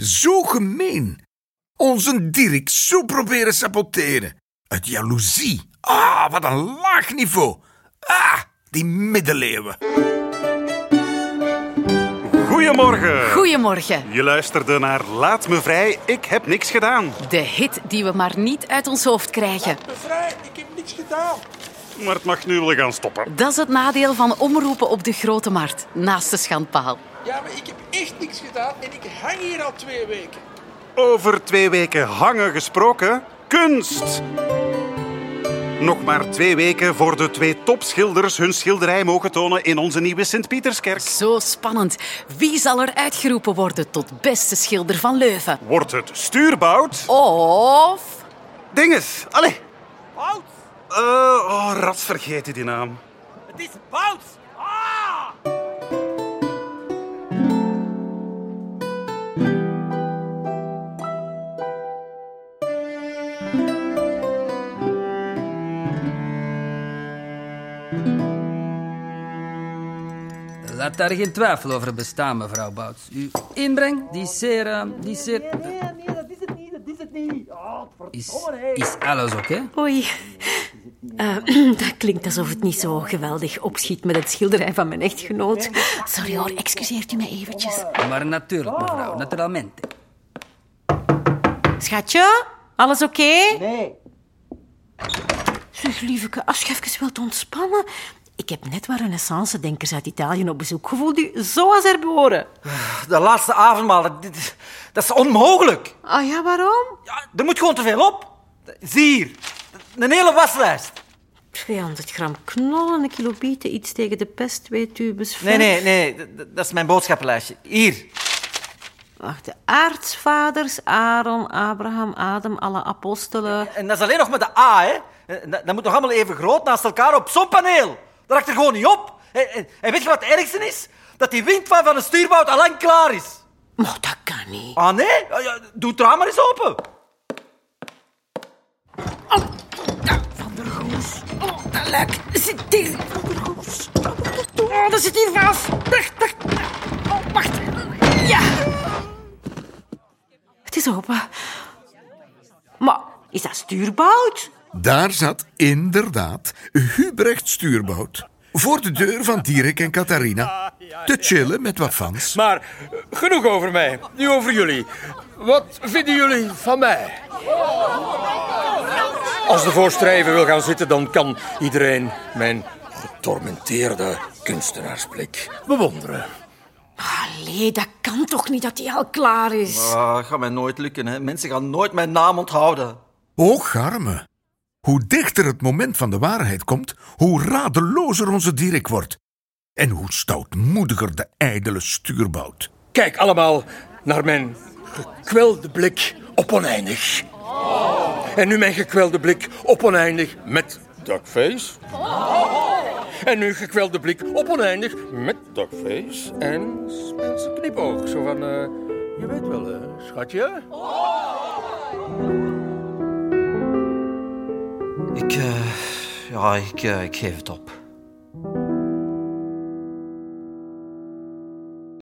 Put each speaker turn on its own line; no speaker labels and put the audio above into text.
Zo gemeen. Onze Dirk zo proberen saboteren. Uit jaloezie. Ah, wat een laag niveau. Ah, die middeleeuwen.
Goedemorgen.
Goedemorgen.
Je luisterde naar Laat me vrij, ik heb niks gedaan.
De hit die we maar niet uit ons hoofd krijgen.
Vrij, ik heb niks gedaan.
Maar het mag nu wel gaan stoppen.
Dat is het nadeel van omroepen op de grote markt, naast de schandpaal.
Ja, maar ik heb echt niks gedaan en ik hang hier al twee weken.
Over twee weken hangen gesproken, kunst. Nog maar twee weken voor de twee topschilders hun schilderij mogen tonen in onze nieuwe Sint-Pieterskerk.
Zo spannend. Wie zal er uitgeroepen worden tot beste schilder van Leuven?
Wordt het stuurbout?
Of...
Dinges, allee.
Bout,
Eh, oh, rat vergeten die naam.
het is bout. Ah!
Laat daar geen twijfel over bestaan, mevrouw Bouts. Uw inbreng, die is zeer... eh, die is zeer...
Nee, nee, dat is het niet, dat is het niet. Oh,
Is,
verdomme, hé.
is alles oké?
Oei. Eh, dat klinkt alsof het niet zo geweldig opschiet met het schilderij van mijn echtgenoot. Sorry hoor, excuseert u mij eventjes.
Oh.
Maar natuurlijk, mevrouw, naturalmente.
Schatje, alles oké?
Nee,
Zeg, lieveke, als je even wilt ontspannen... Ik heb net wat renaissance-denkers uit Italië op bezoek. Gevoel u zoals herboren.
de laatste avondmaal, dat, dit- dat is onmogelijk.
Ah ja, waarom?
Ja, er moet gewoon te veel op. Zie hier, een hele waslijst.
200 gram knollen, een kilo bieten, iets tegen de pest, weet u, besmet.
Nee, nee, nee, d- d- dat is mijn boodschappenlijstje. Hier.
Wacht, de aartsvaders, Aaron, Abraham, Adam, alle apostelen.
En dat is alleen nog met de A, hè. En Dat, dat moet nog allemaal even groot naast elkaar op zo'n paneel. Dat raakt er gewoon niet op. En, en- en weet je wat het ergste is? Dat die windvang van een stuurbout al lang klaar is.
Maar dat kan niet.
Ah, nee? Ja, ja, Doe het raam maar eens open.
Oh, dat zit hier vast. Wacht, wacht. Oh, wacht. Ja. Het is open. Maar is dat stuurbout?
Daar zat inderdaad Hubrecht Stuurbout. Voor de deur van Dirk en Catharina. Te chillen met wat fans.
Maar genoeg over mij, nu over jullie. Wat vinden jullie van mij? Als de voorstrijver wil gaan zitten, dan kan iedereen mijn getormenteerde kunstenaarsblik bewonderen.
Allee, dat kan toch niet dat die al klaar is?
Ah, dat gaat mij nooit lukken. Hè. Mensen gaan nooit mijn naam onthouden.
Hoogarme. Hoe dichter het moment van de waarheid komt, hoe radelozer onze Dirk wordt. En hoe stoutmoediger de ijdele stuurbout.
Kijk allemaal naar mijn gekwelde blik op oneindig. En nu mijn gekwelde blik op oneindig met duckface. En nu gekwelde blik op oneindig met duckface. En Spencer knipoog. Zo van, eh, je weet wel, hè, schatje.
Ik, eh, ja, ik, eh, ik geef het op.